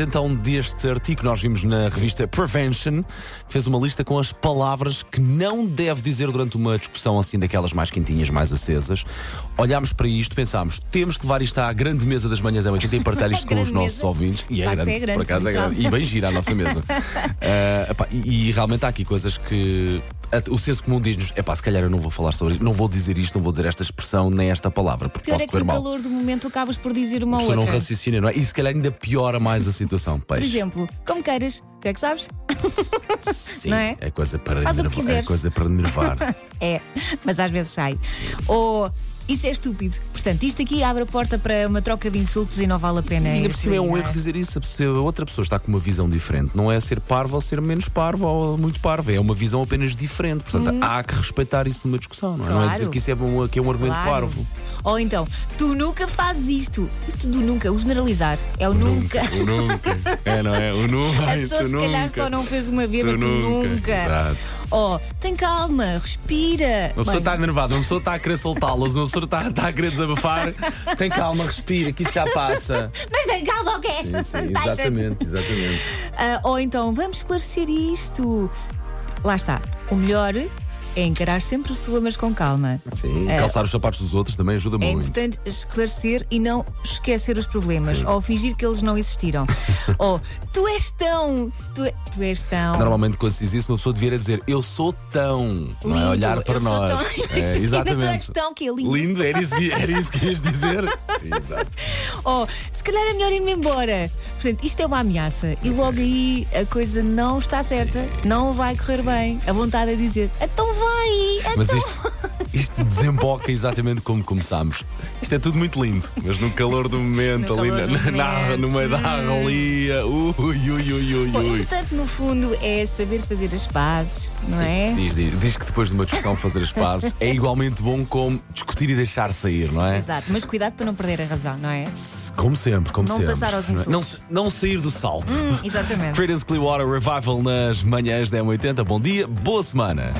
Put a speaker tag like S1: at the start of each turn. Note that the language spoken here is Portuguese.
S1: Então, deste artigo que nós vimos na revista Prevention, fez uma lista com as palavras que não deve dizer durante uma discussão assim, daquelas mais quentinhas, mais acesas. Olhámos para isto, pensámos, temos que levar isto à grande mesa das manhãs é da 80 e partilhar isto com os
S2: Grande
S1: nossos
S2: mesa.
S1: ouvintes. E
S2: De facto, é grande,
S1: por acaso é
S2: sim,
S1: grande. E bem gira a nossa mesa. Ah, epá, e, e realmente há aqui coisas que. a- O senso comum diz-nos: é pá, se calhar eu não vou falar sobre isto, não vou dizer isto, não vou dizer esta expressão nem esta palavra, porque
S2: Pior
S1: pode
S2: é que
S1: correr
S2: no
S1: mal.
S2: calor do momento acabas por dizer
S1: A
S2: uma
S1: pessoa não
S2: outra.
S1: raciocina, não é? E se calhar ainda piora mais a situação. Peixe.
S2: Por exemplo, como queiras, tu é que sabes?
S1: Sim,
S2: não é?
S1: coisa para
S2: Faz o que
S1: enervar. É
S2: quiseres.
S1: coisa para enervar.
S2: É, mas às vezes sai. Ou isso é estúpido. Portanto, isto aqui abre a porta para uma troca de insultos e não vale a pena.
S1: E ainda
S2: ir
S1: por cima é
S2: por aí,
S1: um
S2: não
S1: erro dizer isso. Se a outra pessoa está com uma visão diferente, não é ser parvo ou ser menos parvo ou muito parvo. É uma visão apenas diferente. Portanto, há que respeitar isso numa discussão, não é? Não é
S2: Claro.
S1: dizer que isso é, um, que é um argumento
S2: Claro.
S1: parvo.
S2: Ou então, tu nunca fazes isto. Isto do nunca, o generalizar. É o nunca.
S1: O nunca. É, não é? O nunca.
S2: A pessoa se calhar só não fez uma vez,
S1: Tu
S2: mas tu
S1: nunca.
S2: nunca.
S1: Exato.
S2: Ou tem calma, respira.
S1: Uma pessoa tá-
S2: Bem,
S1: está enervada, uma pessoa está a querer soltá-las, uma pessoa está, está a querer desabafar. Tem calma, respira, que isso já passa.
S2: Mas tem calma, ok? Estás a-
S1: exatamente, exatamente.
S2: Ah, ou então, vamos esclarecer isto. Lá está. O melhor é encarar sempre os problemas com calma.
S1: Sim, calçar os sapatos dos outros também ajuda
S2: É
S1: muito.
S2: importante esclarecer e não esquecer os problemas ou fingir que eles não existiram. ou tu és tão. Tu, é- tu és tão.
S1: Normalmente, quando se diz isso, uma pessoa devia dizer eu sou tão, não é?
S2: lindo,
S1: Olhar para
S2: eu
S1: nós.
S2: Sou
S1: É,
S2: tão, Tu és
S1: exatamente.
S2: tão que é lindo.
S1: Lindo, era isso, que- era isso que ias dizer. Exato.
S2: Ou se calhar é melhor ir-me embora. Portanto, isto é uma ameaça e logo aí a coisa não está certa, não vai correr bem. A vontade é dizer, então vai,
S1: Mas
S2: então
S1: isto, isto desemboca exatamente como começámos. Isto é tudo muito lindo, mas no calor do momento,
S2: No
S1: ali na,
S2: calor
S1: na-
S2: do
S1: na-
S2: momento. Hum. é
S1: no meio da arrelia. Ui, ui, ui, ui,
S2: Bom,
S1: ui.
S2: importante no fundo é saber fazer as pazes, não é?
S1: Diz, diz, diz que depois de uma discussão fazer as pazes é igualmente bom como discutir e deixar sair, não é?
S2: Exato, mas cuidado para não perder a razão, não é?
S1: Como sempre, como
S2: Não
S1: sempre.
S2: passar aos
S1: Não,
S2: insultos.
S1: não sair do salto.
S2: Exatamente.
S1: Creedence Clearwater Revival nas manhãs da M80. Bom dia, boa semana.